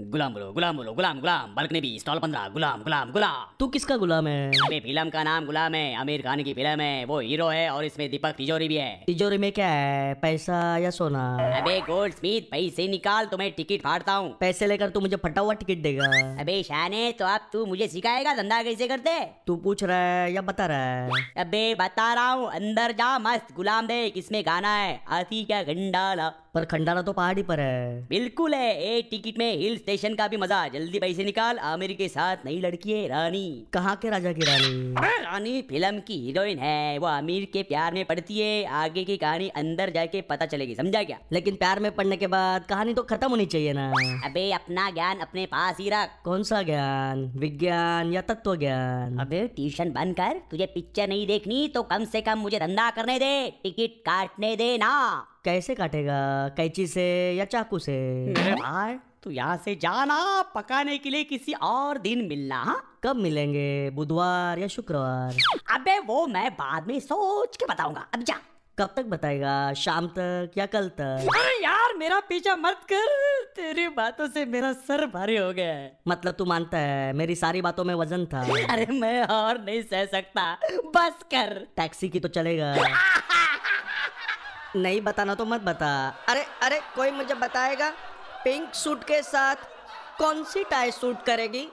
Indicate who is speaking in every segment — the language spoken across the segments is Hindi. Speaker 1: गुलाम बोलो गुलाम बोलो गुलाम गुलाम बल्कने भी स्टॉल पंद्रह गुलाम गुलाम गुलाम
Speaker 2: तू किसका गुलाम है
Speaker 1: अबे फिल्म का नाम गुलाम है आमिर खान की फिल्म है वो हीरो है और इसमें दीपक तिजोरी भी है
Speaker 2: तिजोरी में क्या है पैसा या सोना
Speaker 1: अबे गोल्ड स्मिथ पैसे निकाल तो मैं टिकट फाड़ता हूँ
Speaker 2: पैसे लेकर तू मुझे फटा हुआ टिकट देगा
Speaker 1: अबे शाने तो आप तू मुझे सिखाएगा धंधा कैसे करते
Speaker 2: तू पूछ रहा है या बता रहा है
Speaker 1: अबे बता रहा हूँ अंदर जा मस्त गुलाम दे किसमें गाना है आती क्या गंडाला
Speaker 2: पर खंडाला तो पहाड़ी पर है
Speaker 1: बिल्कुल है ए टिकट में हिल स्टेशन का भी मजा जल्दी पैसे निकाल आमिर के साथ नई लड़की है रानी
Speaker 2: कहाँ के राजा की रानी
Speaker 1: रानी फिल्म की हीरोइन है वो आमिर के प्यार में पड़ती है आगे की कहानी अंदर जाके पता चलेगी समझा क्या
Speaker 2: लेकिन प्यार में पड़ने के बाद कहानी तो खत्म होनी चाहिए ना
Speaker 1: अबे अपना ज्ञान अपने पास ही रख
Speaker 2: कौन सा ज्ञान विज्ञान या तत्व ज्ञान
Speaker 1: अबे ट्यूशन बंद कर तुझे पिक्चर नहीं देखनी तो कम से कम मुझे धंधा करने दे टिकट काटने दे ना
Speaker 2: कैसे काटेगा कैची से या चाकू से
Speaker 1: मेरे भाई तू यहाँ से जाना पकाने के लिए किसी और दिन मिलना हाँ?
Speaker 2: कब मिलेंगे बुधवार या शुक्रवार
Speaker 1: अबे वो मैं बाद में सोच के बताऊंगा अब जा
Speaker 2: कब तक बताएगा शाम तक या कल तक
Speaker 1: अरे यार मेरा पीछा मत कर तेरी बातों से मेरा सर भारी हो गया है
Speaker 2: मतलब तू मानता है मेरी सारी बातों में वजन था
Speaker 1: अरे मैं और नहीं सह सकता बस कर
Speaker 2: टैक्सी की तो चलेगा नहीं बताना तो मत बता अरे अरे कोई मुझे बताएगा पिंक सूट के साथ कौन सी टाई सूट करेगी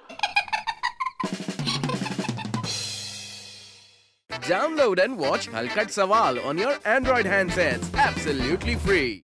Speaker 3: Download and watch Halkat Sawal on your Android handsets absolutely free.